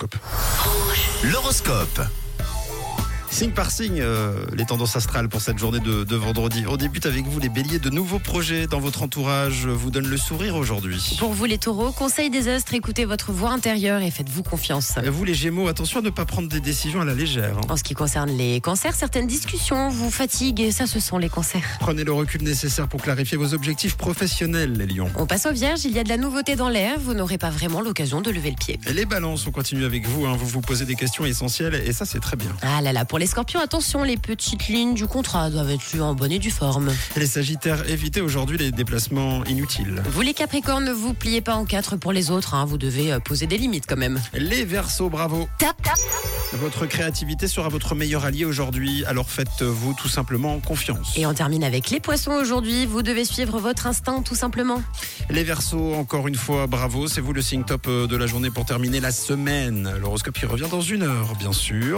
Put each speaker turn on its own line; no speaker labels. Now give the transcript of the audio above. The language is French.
l'horoscope.
L'horoscope.
Signe par signe, euh, les tendances astrales pour cette journée de, de vendredi. On débute avec vous les béliers. De nouveaux projets dans votre entourage vous donnent le sourire aujourd'hui.
Pour vous les taureaux, conseil des astres, écoutez votre voix intérieure et faites-vous confiance.
Et Euh, Vous les gémeaux, attention à ne pas prendre des décisions à la légère. hein.
En ce qui concerne les cancers, certaines discussions vous fatiguent et ça se sent les cancers.
Prenez le recul nécessaire pour clarifier vos objectifs professionnels, les lions.
On passe aux vierges, il y a de la nouveauté dans l'air, vous n'aurez pas vraiment l'occasion de lever le pied.
Et les balances, on continue avec vous. hein. Vous vous posez des questions essentielles et ça, c'est très bien.
Ah là là, pour les scorpions, attention, les petites lignes du contrat doivent être lues en bonne et due forme.
Et les sagittaires, évitez aujourd'hui les déplacements inutiles.
Vous les capricornes, ne vous pliez pas en quatre pour les autres, hein, vous devez euh, poser des limites quand même.
Les versos, bravo.
Tap, tap.
Votre créativité sera votre meilleur allié aujourd'hui, alors faites-vous tout simplement confiance.
Et on termine avec les poissons aujourd'hui, vous devez suivre votre instinct tout simplement.
Les Verseaux, encore une fois, bravo, c'est vous le signe top euh, de la journée pour terminer la semaine. L'horoscope il revient dans une heure, bien sûr.